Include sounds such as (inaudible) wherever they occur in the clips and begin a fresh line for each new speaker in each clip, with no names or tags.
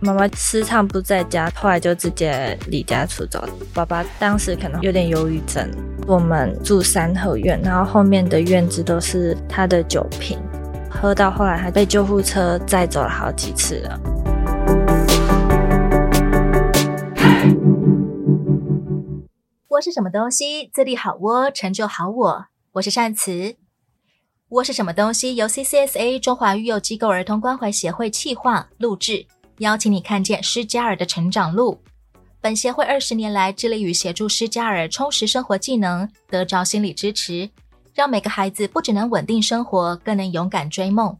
妈妈时常不在家，后来就直接离家出走。爸爸当时可能有点忧郁症。我们住三合院，然后后面的院子都是他的酒瓶，喝到后来还被救护车载走了好几次了。
窝是什么东西？自立好窝，成就好我。我是善慈。窝是什么东西？由 CCSA 中华育幼机构儿童关怀协会企划录制，邀请你看见施加尔的成长路。本协会二十年来致力于协助施加尔充实生活技能，得着心理支持，让每个孩子不只能稳定生活，更能勇敢追梦。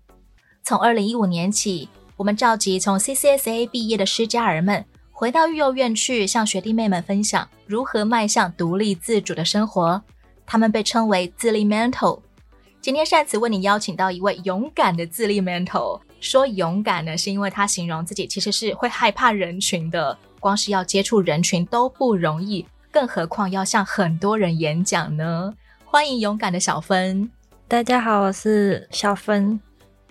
从二零一五年起，我们召集从 CCSA 毕业的施加尔们，回到育幼院去，向学弟妹们分享如何迈向独立自主的生活。他们被称为自立 mentor。今天善慈为你邀请到一位勇敢的自立 mentor。说勇敢呢，是因为他形容自己其实是会害怕人群的，光是要接触人群都不容易，更何况要向很多人演讲呢？欢迎勇敢的小芬。
大家好，我是小芬。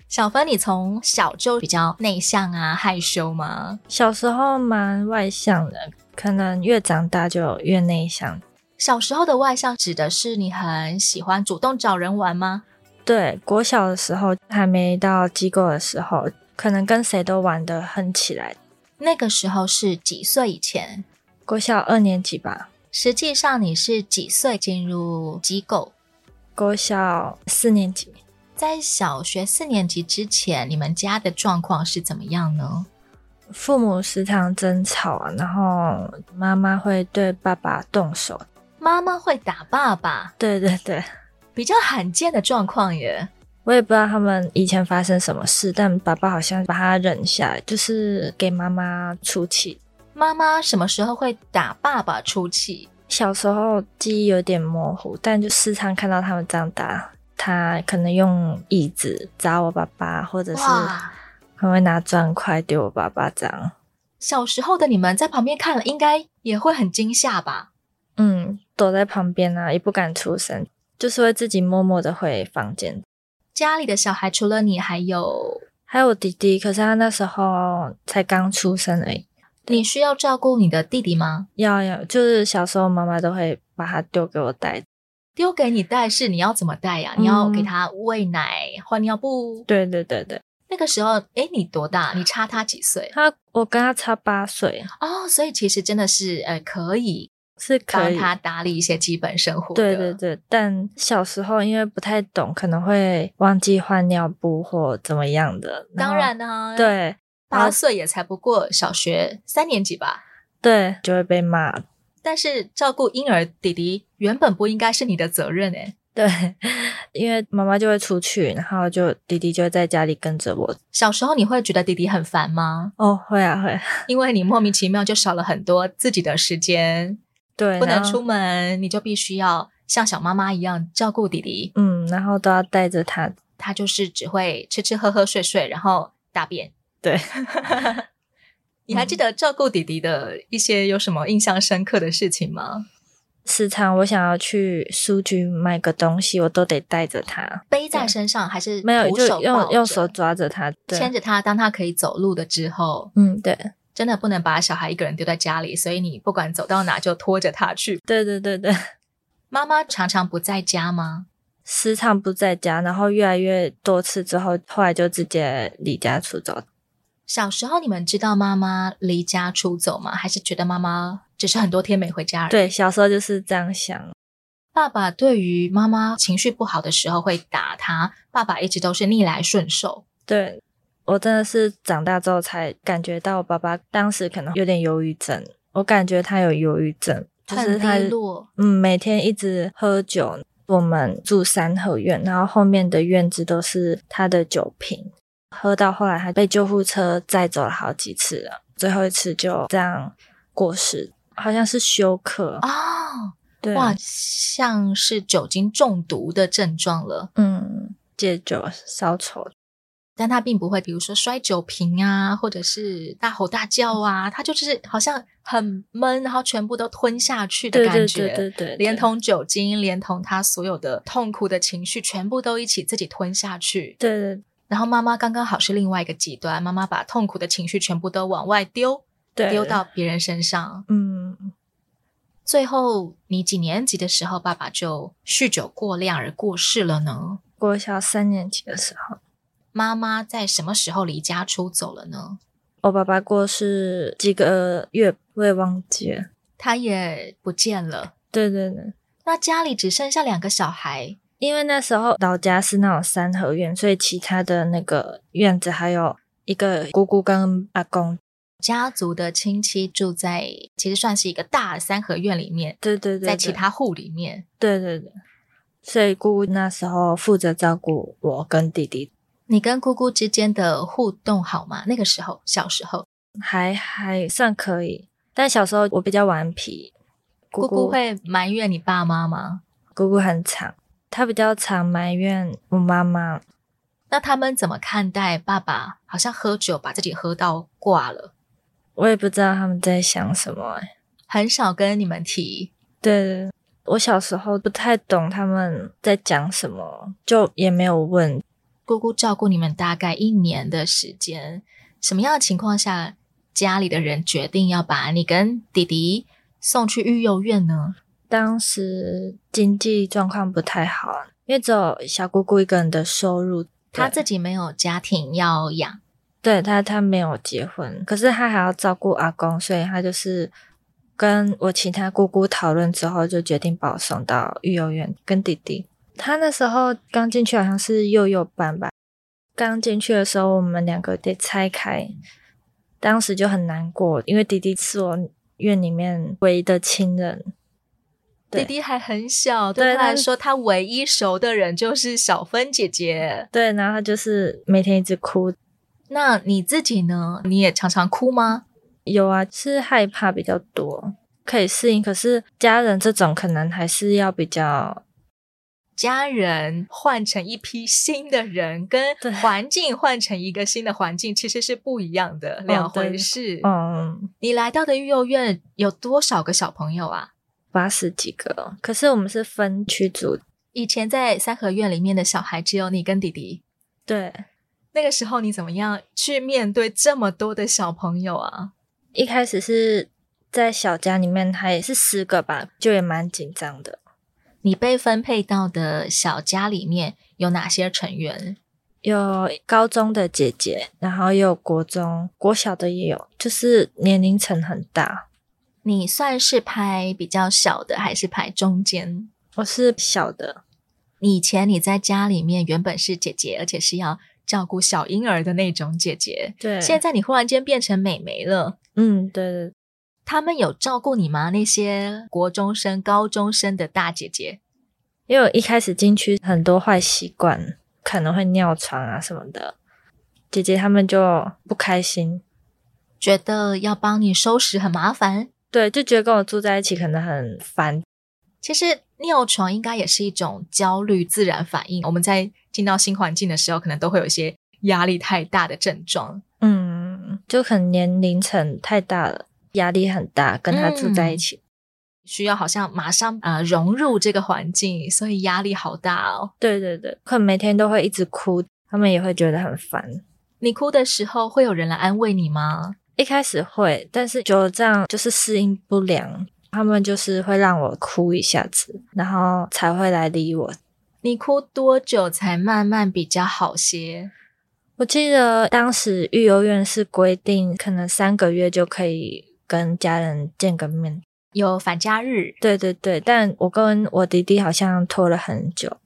小芬，你从小就比较内向啊，害羞吗？
小时候蛮外向的，可能越长大就越内向。
小时候的外向指的是你很喜欢主动找人玩吗？
对，国小的时候还没到机构的时候，可能跟谁都玩得很起来。
那个时候是几岁以前？
国小二年级吧，
实际上你是几岁进入机构？
国小四年级，
在小学四年级之前，你们家的状况是怎么样呢？
父母时常争吵啊，然后妈妈会对爸爸动手。
妈妈会打爸爸，
对对对，
比较罕见的状况耶。
我也不知道他们以前发生什么事，但爸爸好像把他忍下来，就是给妈妈出气。
妈妈什么时候会打爸爸出气？
小时候记忆有点模糊，但就时常看到他们这样打。他可能用椅子砸我爸爸，或者是
哇，
还会拿砖块丢我爸爸这样。
小时候的你们在旁边看了，应该也会很惊吓吧？
嗯，躲在旁边啊，也不敢出声，就是会自己默默的回房间。
家里的小孩除了你，还有
还有我弟弟，可是他那时候才刚出生而已。
你需要照顾你的弟弟吗？
要要，就是小时候妈妈都会把他丢给我带
丢给你带是你要怎么带呀、
嗯
你要给他喂奶、换尿布。
对对对对，
那个时候，诶，你多大？你差他几岁？啊
他我跟他差八岁，
哦，所以其实真的是呃，可以
是可
帮
以。
他打理一些基本生活的。
对对对，但小时候因为不太懂，可能会忘记换尿布或怎么样的。
当
后
然呢，，
对
八岁也才不过小学三年级吧。
对，就会被骂。
但是照顾婴儿弟弟原本不应该是你的责任诶。
对， (laughs) 因为妈妈就会出去，然后就弟弟就会在家里跟着我。
小时候你会觉得弟弟很烦吗？
哦，会啊会啊，
因为你莫名其妙就少了很多自己的时间，
对，
不能
然后
出。门，你就必须要像小妈妈一样照顾弟弟。
嗯，然后都要带着他。
他就是只会吃吃喝喝睡睡，然后大便。
对，
(laughs)
嗯
你还记得照顾弟弟的一些有什么印象深刻的事情吗？
时常我想要去书局买个东西，我都得带着他。
背在身上还是
没有，
徒
就
手抱
用
着
用手抓着他。对，
牵着他，当他可以走路的之后，
嗯，对，
真的不能把小孩一个人丢在家里，所以你不管走到哪就拖着他去。
对对对对，
妈妈常常不在家吗？
时常不在家，然后越来越多次之后，后来就直接离家出走。
小时候你们知道妈妈离家出走吗？还是觉得妈妈只是很多天没回家而已？
对，小时候就是这样想。
爸爸对于妈妈情绪不好的时候会打她，爸爸一直都是逆来顺受。
对我真的是长大之后才感觉到，我爸爸当时可能有点忧郁症，我感觉他有忧郁症，就是
很
他
低落，
嗯每天一直喝酒。我们住三合院，然后后面的院子都是他的酒瓶，喝到后来还被救护车载走了好几次了，最后一次就这样过世，好像是休克。
哦，
对，
哇，像是酒精中毒的症状了。
嗯，借酒消愁。
但他并不会，比如说摔酒瓶啊，或者是大吼大叫
嗯
啊，他就是好像很闷，然后全部都吞下去的
对
感
对
觉，
对对对，
连同酒精，连同他所有的痛苦的情绪，全部都一起自己吞下去。
对对
然后妈妈刚刚好是另外一个极端，妈妈把痛苦的情绪全部都往外丢，
对，
丢到别人身上。
嗯，
最后你几年级的时候，爸爸就酗酒过量而过世了呢？
国小三年级的时候，
妈妈在什么时候离家出走了呢？
我爸爸过世几个月，我也忘记了。
她也不见了。
对对对，
那家里只剩下两个小孩，
因为那时候老家是那种三合院，所以其他的那个院子还有一个姑姑跟阿公。
家族的亲戚住在其实算是一个大三合院里面，
对对对对
在其他户里面。
对对对，所以姑姑那时候负责照顾我跟弟弟，
你跟姑姑之间的互动好吗？那个时候，小时候，
还还算可以。但小时候我比较顽皮，姑
姑姑会埋怨你爸妈吗？
姑姑很长，她比较常埋怨我妈妈。
那他们怎么看待爸爸好像喝酒把自己喝到挂了？
我也不知道他们在想什么、欸。
很少跟你们提，
对对，对我小时候不太懂他们在讲什么，就也没有问。
姑姑照顾你们大概一年的时间，什么样的情况下家里的人决定要把你跟弟弟送去育幼院呢？
当时经济状况不太好，因为只有小姑姑一个人的收入。
他
对
自己没有家庭要养，
对她，她没有结婚，可是她还要照顾阿公，所以她就是跟我其他姑姑讨论之后，就决定把我送到育幼院跟弟弟。她那时候刚进去好像是幼幼班吧，刚进去的时候我们两个得拆开，当时就很难过，因为弟弟是我院里面唯一的亲人。
弟
对
弟还很小，
对
对他来
他
说，他唯一熟的人就是小芬姐姐。
对，然后她就是每天一直哭，
那你自己呢？你也常常哭吗？
有啊，是害怕比较多，可以适应。可是家人这种可能还是要比较
家人换成一批新的人，跟
对
环境换成一个新的环境，其实是不一样的
哦
两回事。
嗯
你来到的育幼院有多少个小朋友啊？
八十几个。可是我们是分区组，
以前在三合院里面的小孩只有你跟弟弟，
对，
那个时候你怎么样去面对这么多的小朋友啊？
一开始是在小家里面，还是十个吧，就也蛮紧张的。
你被分配到的小家里面有哪些成员？
有高中的姐姐，然后也有国中、国小的也有，就是年龄层很大。
你算是拍比较小的，还是拍中间？
我是小的，
你以前你在家里面原本是姐姐，而且是要照顾小婴儿的那种姐姐，
对
现在你忽然间变成美眉了。
嗯，对对
他们有照顾你吗？那些国中生、高中生的大姐姐，
因为我一开始进去很多坏习惯，可能会尿床啊什么的，姐姐她们就不开心，
觉得要帮你收拾很麻烦。
对，就觉得跟我住在一起可能很烦。
其实尿床应该也是一种焦虑自然反应。我们在进到新环境的时候，可能都会有一些压力太大的症状。
嗯，就可能年龄层太大了，压力很大，跟她住在一起。
需要好像马上呃融入这个环境，所以压力好大哦。
对对对，可能每天都会一直哭，他们也会觉得很烦。
你哭的时候会有人来安慰你吗？
一开始会，但是久了这样就是适应不良，他们就是会让我哭一下子，然后才会来理我
你哭多久才慢慢比较好些？
我记得当时育幼院是规定，可能三个月就可以跟家人见个面。
有返家日，
对对对，但我跟我弟弟好像拖了很久。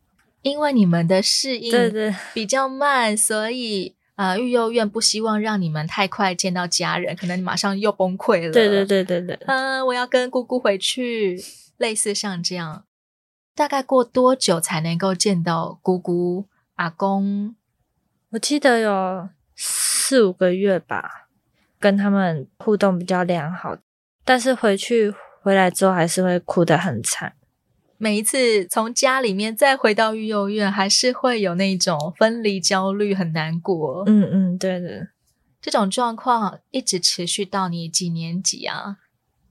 因为你们的适应
对对
比较慢，所以呃，育幼院不希望让你们太快见到家人，可能你马上又崩溃了。
对对对对对，
嗯，我要跟姑姑回去，类似像这样，大概过多久才能够见到姑姑、阿公？
我记得有四五个月吧，跟他们互动比较良好，但是回去回来之后还是会哭得很惨。
每一次从家里面再回到育幼院，还是会有那种分离焦虑，很难过。
嗯嗯，对对，
这种状况一直持续到你几年级啊？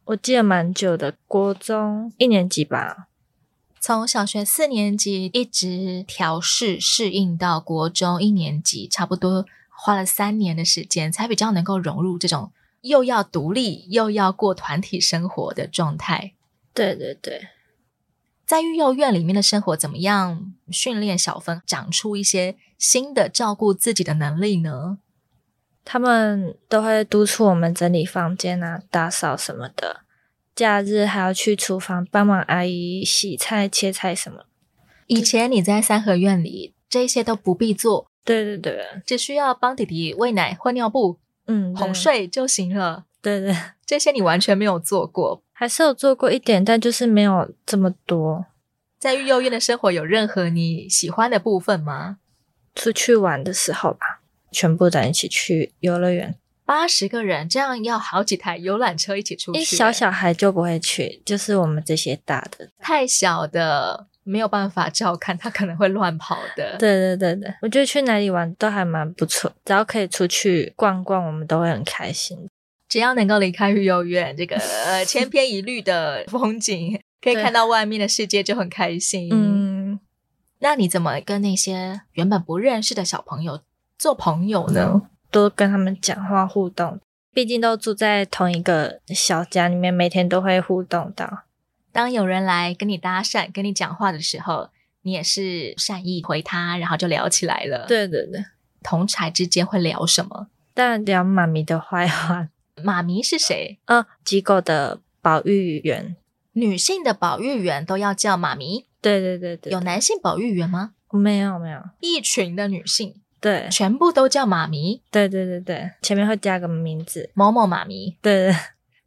我记得蛮久的，国中一年级吧。
从小学四年级一直调试适应到国中一年级，差不多花了三年的时间，才比较能够融入这种又要独立又要过团体生活的状态。
对对对，
在育幼院里面的生活怎么样训练小芬长出一些新的照顾自己的能力呢？
他们都会督促我们整理房间啊、打扫什么的。假日还要去厨房帮忙阿姨洗菜、切菜什么。
以前你在三合院里，这些都不必做，
对对对，
只需要帮弟弟喂奶、换尿布、
嗯，对
哄，睡就行了。
对 (laughs) 对，
这些你完全没有做过，
还是有做过一点，但就是没有这么多。
在育幼院的生活有任何你喜欢的部分吗？
出去玩的时候吧，全部人一起去游乐园，
八十个人，这样要好几台游览车一起出去，
一小小孩就不会去，就是我们这些大的。
太小的没有办法照看，他可能会乱跑的。，
对对对对，我觉得去哪里玩都还蛮不错，只要可以出去逛逛，我们都会很开心。
只要能够离开育幼院这个呃千篇一律的风景，可以
对
看到外面的世界，就很开心。，
嗯，
那你怎么跟那些原本不认识的小朋友做朋友呢？
多跟他们讲话互动，毕竟都住在同一个小家里面，每天都会互动到。
当有人来跟你搭讪、跟你讲话的时候，你也是善意回他，然后就聊起来了。，
对对对，
同才之间会聊什么？
当然聊妈咪的坏话。 (laughs)
妈咪是谁？
呃，机构的保育员，
女性的保育员都要叫妈咪，
对对对对，
有男性保育员吗？
没有没有？
一群的女性
对
全部都叫妈咪，
对对对对，前面会加个名字。
某某妈咪，
对，对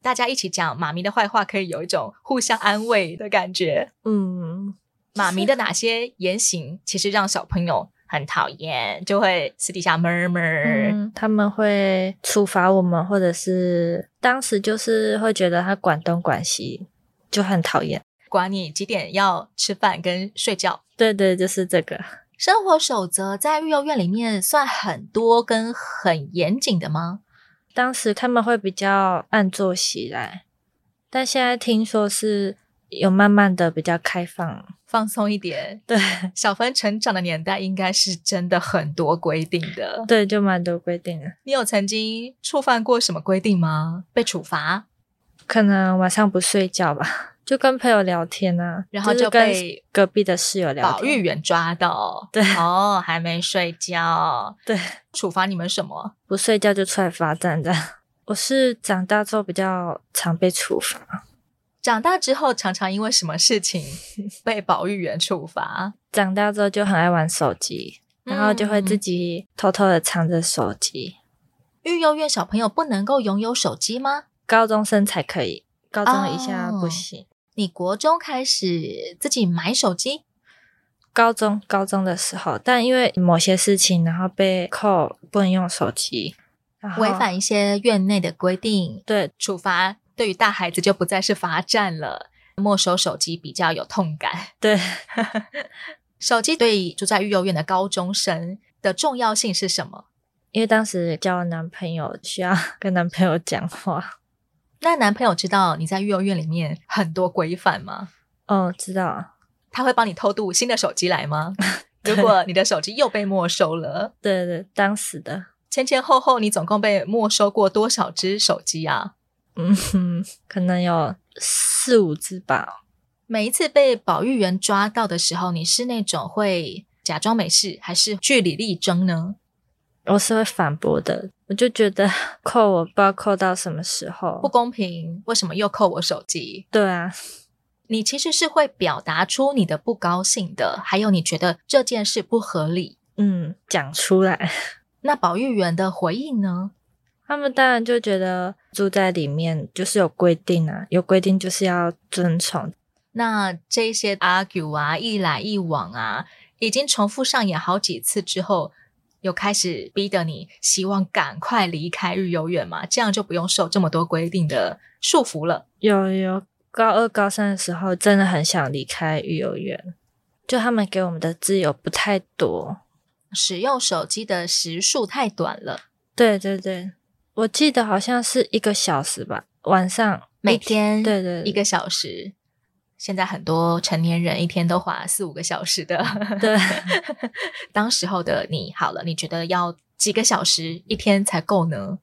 大家一起讲妈咪的坏话，可以有一种互相安慰的感觉。
嗯，
妈咪的哪些言行，其实让小朋友很讨厌，就会私底下闷闷。
嗯，他们会处罚我们，或者是当时就是会觉得他管东管西，就很讨厌。
管你几点要吃饭跟睡觉。
对对，就是这个。
生活守则在育幼院里面算很多跟很严谨的吗？
当时他们会比较按作息来，但现在听说是有慢慢的比较开放。
放松一点，
对
小芬成长的年代应该是真的很多规定的。
对，就蛮多规定的，
你有曾经触犯过什么规定吗？被处罚，
可能晚上不睡觉吧， (laughs) 就跟朋友聊天啊，
然后
就是
就
跟
被
隔壁的室友聊
保
天。
育员抓到，
对
哦，还没睡觉，
对，
处罚你们什么？
不睡觉就出来罚站这样。我是长大之后比较常被处罚，
长大之后，常常因为什么
(laughs)
事情被保育员处罚，
长大之后就很爱玩手机，然后就会自
己。
己偷偷的藏着手机。
育幼院小朋友不能够拥有手机吗？
高中生才可以，高中以下
哦
不行。
你国中开始自己买手机，
高中高中的时候，但因为某些事情，然后被扣不能用手机，然后
违反一些院内的规定，
对
处罚对于大孩子就不再是罚站了，没收手机比较有痛感。
对，
手机对于住在育幼院的高中生的重要性是什么？
因为当时交男朋友需要跟男朋友讲话。 (laughs)
那男朋友知道你在育幼院里面很多规范吗？
哦，知道了，
他会帮你偷渡新的手机来吗？
对
如果你的手机又被没收了，
对对，当时的，
前前后后你总共被没收过多少只手机啊？
嗯哼，可能有四五只吧。
每一次被保育员抓到的时候，你是那种会假装没事，还是据理力争呢？
我是会反驳的，我就觉得 (laughs) 扣我不知道扣到什么时
不
候。
公平，为什么又扣我手机？
对啊，
你其实是会表达出你的不高兴的，还有你觉得这件事不合理。
嗯，讲出来，
那保育员的回应呢？
他们当然就觉得住在里面就是有规定啊，有规定就是要遵从。
那这些 argue 啊，一来一往啊，已经重复上演好几次之后，有开始逼得你希望赶快离开育幼院嘛？这样就不用受这么多规定的束缚了。
有有，高二高三的时候真的很想离开育幼园，就他们给我们的自由不太多。
使用手机的时数太短了，
对对对，我记得好像是一个小时吧，晚上
每
一
天
对对
一个小时。现在很多成年人一天都花四五个小时的。
对，
当时候的你好了，你觉得要几个小时一天才够呢？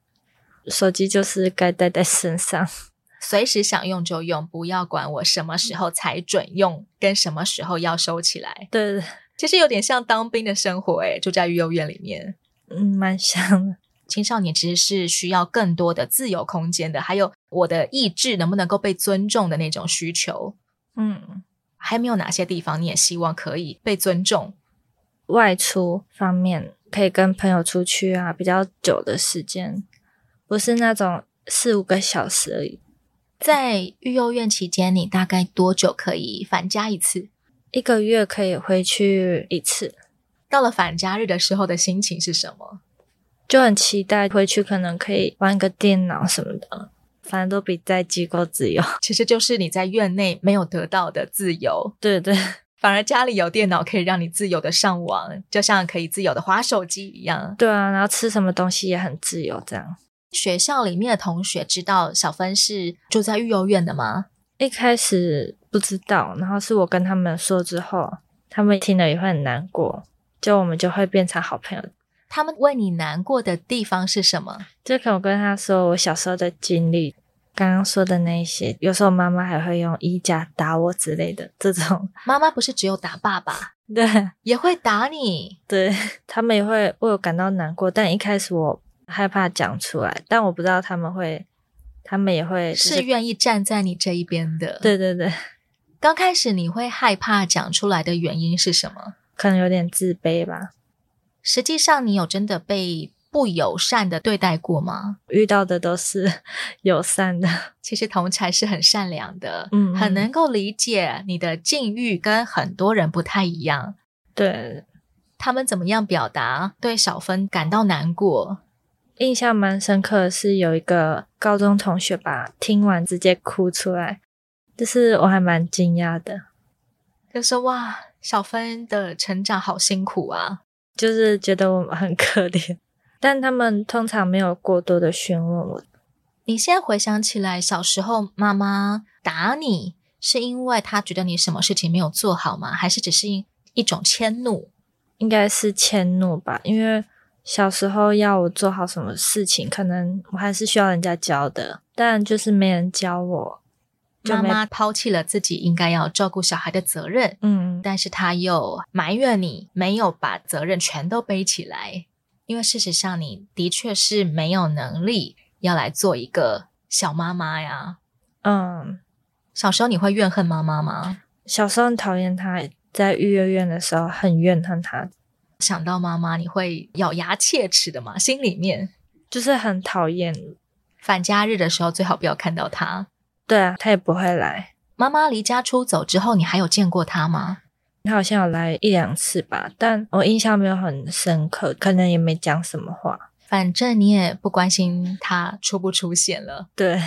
手机就是该带在身上。
随时想用就用，不要管我什么时候才准用，跟什么时候要收起来。
对，
其实有点像当兵的生活、欸，诶，住在育幼院里面，
嗯，蛮像的。
青少年其实是需要更多的自由空间的，还有我的意志能不能够被尊重的那种需求。
嗯，
还没有哪些地方你也希望可以被尊重？
外出方面可以跟朋友出去啊，比较久的时间，不是那种四五个小时而已，
在育幼院期间，你大概多久可以返家一次？
一个月可以回去一次，
到了返家日的时候的心情是什么？
就很期待回去可能可以玩个电脑什么的，反正都比在机构自由。 (laughs)
其实就是你在院内没有得到的自由，
对对
反而家里有电脑可以让你自由的上网，就像可以自由的划手机一样。
对啊，然后吃什么东西也很自由，这样。
学校里面的同学知道小芬是住在育幼院的吗？
一开始不知道，然后是我跟他们说之后，他们听了也会很难过，就我们就会变成好朋友。
他们为你难过的地方是什么？
就可能我跟他说我小时候的经历，刚刚说的那一些，有时候妈妈还会用衣架打我之类的这种。 (laughs)
妈妈不是只有打爸爸，
对
也会打你。
对， (laughs) 他们也会为我感到难过，但一开始我害怕讲出来，但我不知道他们会，他们也会、就是
愿意站在你这一边的。，
对对 (laughs) 对，
刚开始你会害怕讲出来的原因是什么？
可能有点自卑吧。
实际上，你有真的被不友善的对待过吗？
遇到的都是 (laughs) 友善的， (laughs)
其实同才是很善良的，
嗯
很能够理解你的境遇跟很多人不太一样。
对，
他们怎么样表达对小芬感到难过？
印象蛮深刻的是有一个高中同学吧，听完直接哭出来，就是我还蛮惊讶的，
就说哇，小芬的成长好辛苦啊！
就是觉得我们很 (laughs) 可怜。但他们通常没有过多的询问我，
你现在回想起来，小时候妈妈打你，是因为她觉得你什么事情没有做好吗？还是只是一种迁怒？
应该是迁怒吧，因为小时候要我做好什么事情，可能我还是需要人家教的，但就是没人教我，就
妈
没
妈抛弃了自己应该要照顾小孩的责任，
嗯，
但是他又埋怨你没有把责任全都背起来，因为事实上你的确是没有能力要来做一个小妈妈呀。
嗯，
小时候你会怨恨妈妈吗？
小时候很讨厌他，在育幼院的时候很怨恨他，
想到妈妈，你会咬牙切齿的吗？心里面
就是很讨厌。
返家日的时候最好不要看到她。
对啊，他也不会来。
妈妈离家出走之后，你还有见过她吗？
他好像有来一两次吧，但我印象没有很深刻，可能也没讲什么话。
反正你也不关心她出不出现了。
对，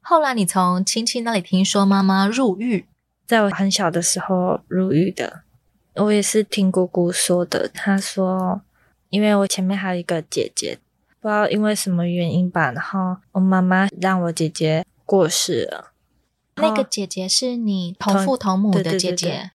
后来你从亲戚那里听说妈妈入狱，
在我很小的时候入狱的，我也是听姑姑说的。她说，因为我前面还有一个姐姐，不知道因为什么原因吧，然后我妈妈让我姐姐过世了。
那个
哦
姐姐是你同父同母
对
的
对
姐
对
姐，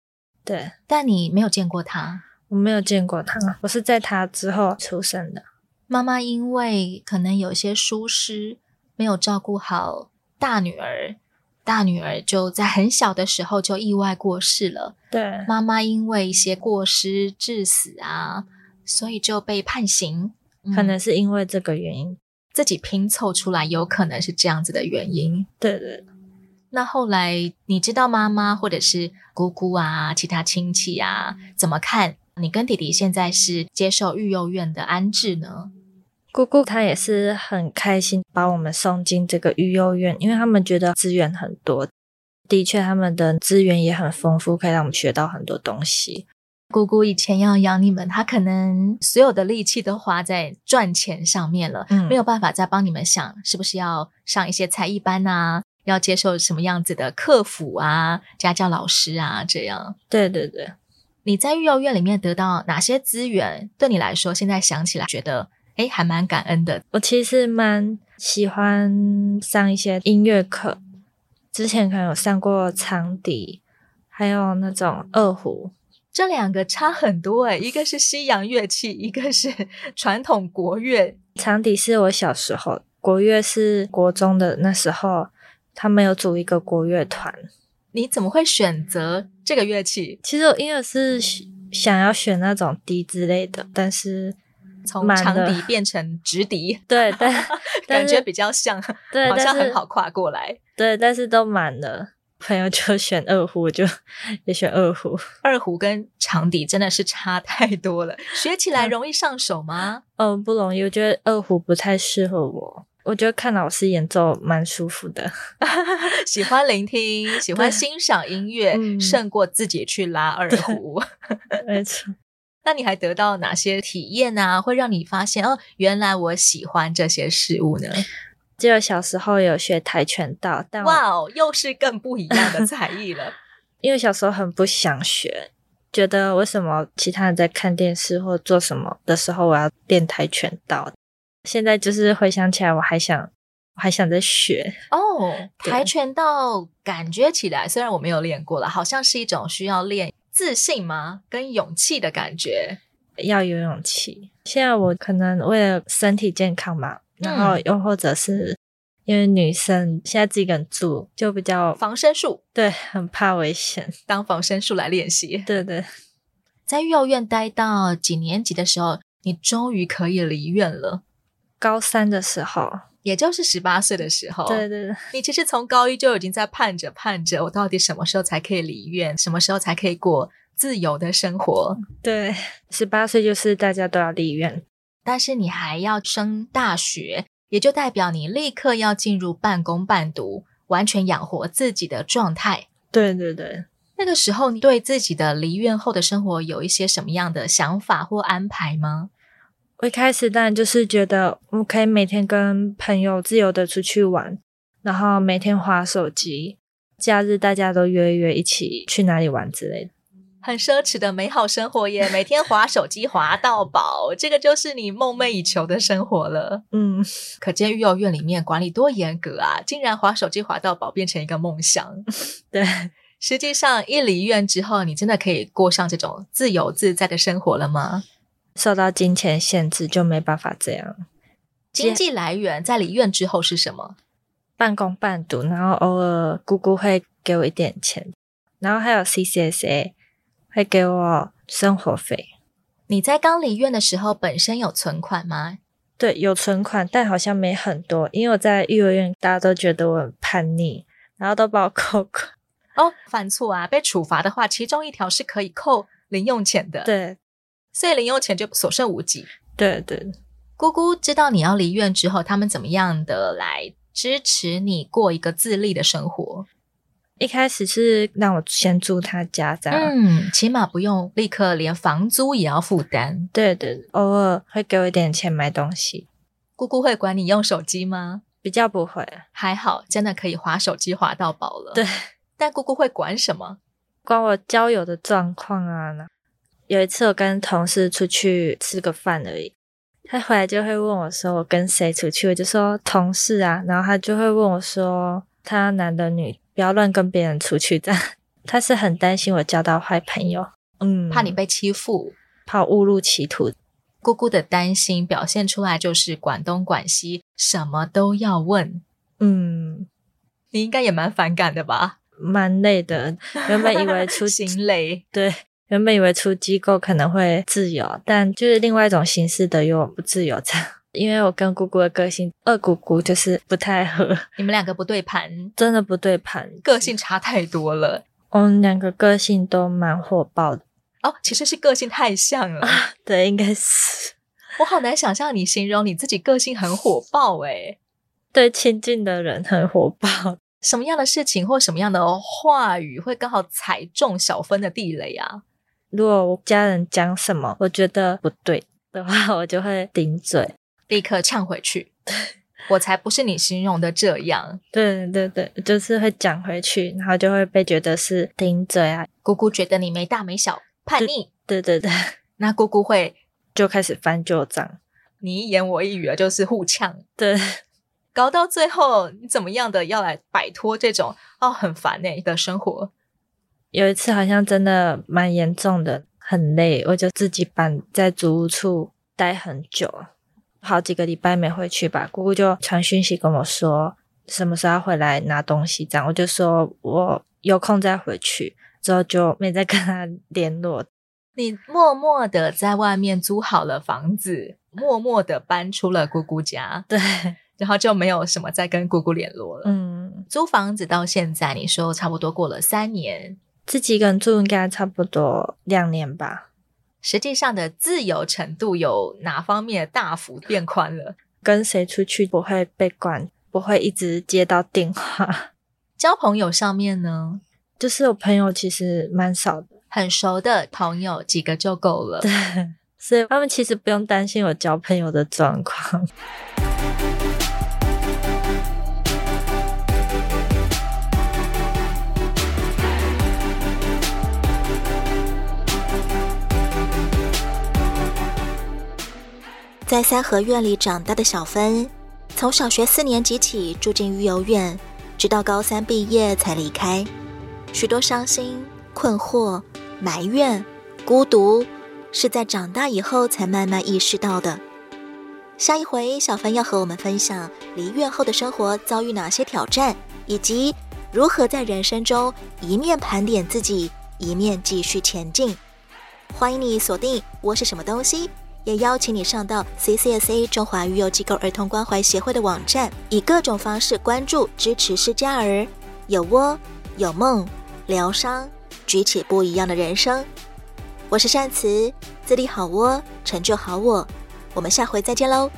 对对
但你没有见过她。
我没有见过她，我是在她之后出生的。
妈妈因为可能有一些疏失，没有照顾好大女儿，大女儿就在很小的时候就意外过世了。
对，
妈妈因为一些过失致死啊，所以就被判刑。
可
嗯
能是因为这个原因。
自己拼凑出来，有可能是这样子的原因。
对对，
那后来你知道妈妈或者是姑姑啊、其他亲戚啊怎么看你跟弟弟现在是接受育幼院的安置呢？
姑姑她也是很开心把我们送进这个育幼院，因为他们觉得资源很多，的确他们的资源也很丰富，可以让我们学到很多东西。
姑姑以前要养你们，她可能所有的力气都花在赚钱上面了，
嗯
没有办法再帮你们想是不是要上一些才艺班啊，要接受什么样子的客服啊、家教老师啊这样。
对对对，
你在育幼院里面得到哪些资源？对你来说，现在想起来觉得，哎，还蛮感恩的。
我其实蛮喜欢上一些音乐课，之前可能有上过长笛，还有那种二胡。
这两个差很多哎、一个是西洋乐器，一个是 (laughs) 传统国乐。
长笛是我小时候，国乐是国中的那时候，他们有组一个国乐团。
你怎么会选择这个乐器？
其实我因为是想要选那种笛之类的，但是
从
满
长
了
笛变成直笛，
对，
(laughs)
但但
感觉
是
比较像，
对，
好
但
像
是
很好跨过来。
对，但是都满了。朋友就选二胡，我就也选二胡。
二胡跟长笛真的是差太多了，学起来容易上手吗？
嗯，不容易，我觉得二胡不太适合我。我觉得看老师演奏蛮舒服的。 (laughs)
喜欢聆听，喜欢欣赏音乐，
嗯
胜过自己去拉二胡。 (laughs)
没错，
那你还得到哪些体验啊？会让你发现哦，原来我喜欢这些事物呢？
记得小时候有学跆拳道，但我
哇哦，又是更不一样的 (laughs) 才艺了。
因为小时候很不想学，觉得为什么其他人在看电视或做什么的时候，我要练跆拳道。现在就是回想起来，我还想，我还想再学。
哦，
对
跆拳道感觉起来，虽然我没有练过了，好像是一种需要练自信吗？跟勇气的感觉。
要有勇气。现在我可能为了身体健康吧，然后又或者是因为女生现在自己一个人住，就比较
防身术，
对，很怕危险。 (laughs)
当防身术来练习。
对对，
在幼儿园待到几年级的时候，你终于可以离院了，
高三的时候，
也就是十八岁的时候。
对对对，
你其实从高一就已经在盼着盼着，我到底什么时候才可以离院，什么时候才可以过自由的生活？
对，十八岁就是大家都要立院，
但是你还要升大学，也就代表你立刻要进入半工半读，完全养活自己的状态。
对对对。
那个时候，你对自己的离院后的生活有一些什么样的想法或安排吗？
我一开始当然就是觉得我可以每天跟朋友自由的出去玩，然后每天划手机，假日大家都约一约一起去哪里玩之类的。
很奢侈的美好生活耶，每天划手机划到饱，这个就是你梦寐以求的生活了。
嗯，
可见育儿院里面管理多严格啊！竟然划手机划到饱，变成一个梦想。 (laughs)
对，
实际上，一离院之后，你真的可以过上这种自由自在的生活了吗？
受到金钱限制就没办法这样
经济来源在离院之后是什么？
半工半读，然后偶尔姑姑会给我一点钱，然后还有 CCSA 会给我生活费。
你在刚离院的时候本身有存款吗？
对，有存款，但好像没很多，因为我在幼儿园，大家都觉得我很叛逆，然后都把我 (laughs) 扣过。
哦，犯错啊，被处罚的话，其中一条是可以扣零用钱的。，
对，
所以零用钱就所剩无几。
对对
姑姑知道你要离院之后，他们怎么样的来支持你过一个自立的生活？
一开始是让我先住他家这样，
嗯，起码不用立刻连房租也要负担。
对对，偶尔会给我一点钱买东西，
姑姑会管你用手机吗？
比较不会
还好，真的可以划手机划到饱了。
对，
但姑姑会管什么？
管我交友的状况啊。有一次我跟同事出去吃个饭而已，他回来就会问我说我跟谁出去，我就说同事啊，然后他就会问我说他男的女，不要乱跟别人出去这样。他是很担心我交到坏朋友，嗯，
怕你被欺负。
怕我误入歧途，
姑姑的担心表现出来就是管东管西，什么都要问。
嗯，
你应该也蛮反感的吧？
蛮累的。原本以
(laughs)
为出
心累，
对，原本以为出机构可能会自由，但就是另外一种形式的又不自由这样。 (laughs) 因为我跟姑姑的个性，二姑姑就是不太合， (laughs)
你们两个不对盘，
真的不对盘。
个性差太多了。
我们两个个性都蛮火爆的，
哦，其实是个性太像了。
对，应该是
我好难想象你形容你自己个性很火爆欸诶、
对亲近的人很火爆。
什么样的事情或什么样的话语会刚好踩中小芬的地雷啊？
如果我家人讲什么，我觉得不对的话，我就会顶嘴。
立刻呛回去。我才不是你形容的这样。
对对对，就是会讲回去，然后就会被觉得是顶嘴啊。
姑姑觉得你没大没小，叛逆。
对对 (laughs) 对，
那姑姑会
就开始翻旧账。
你一言我一语啊，就是互呛。
对，
搞到最后，你怎么样的要来摆脱这种哦很烦哎、的生活？
有一次好像真的蛮严重的，很累，我就自己搬在租屋处待很久，好几个礼拜没回去吧。姑姑就传讯息跟我说什么时候要回来拿东西，这样我就说我有空再回去，之后就没再跟她 (laughs) 联络。
你默默的在外面租好了房子，默默的搬出了姑姑家，
对，
然后就没有什么再跟姑姑联络了。
嗯，
租房子到现在，你说差不多过了三年，
自己一个人住应该差不多两年吧。
实际上的自由程度有哪方面大幅变宽了？
跟谁出去不会被管，不会一直接到电话。 (laughs)
交朋友上面呢，
就是我朋友其实蛮少的，
很熟的朋友几个就够了。
对，所以他们其实不用担心我交朋友的状况。
在三合院里长大的小芬，从小学四年级起住进育幼院，直到高三毕业才离开。许多伤心、困惑、埋怨、孤独，是在长大以后才慢慢意识到的。下一回，小芬要和我们分享离院后的生活遭遇哪些挑战，以及如何在人生中一面盘点自己，一面继续前进。欢迎你锁定《我是什么东西》，也邀请你上到 CCSA 中华育幼机构儿童关怀协会的网站，以各种方式关注支持失家儿，有窝有梦，疗伤，举起不一样的人生。我是善慈，自立好窝，成就好我。我们下回再见喽，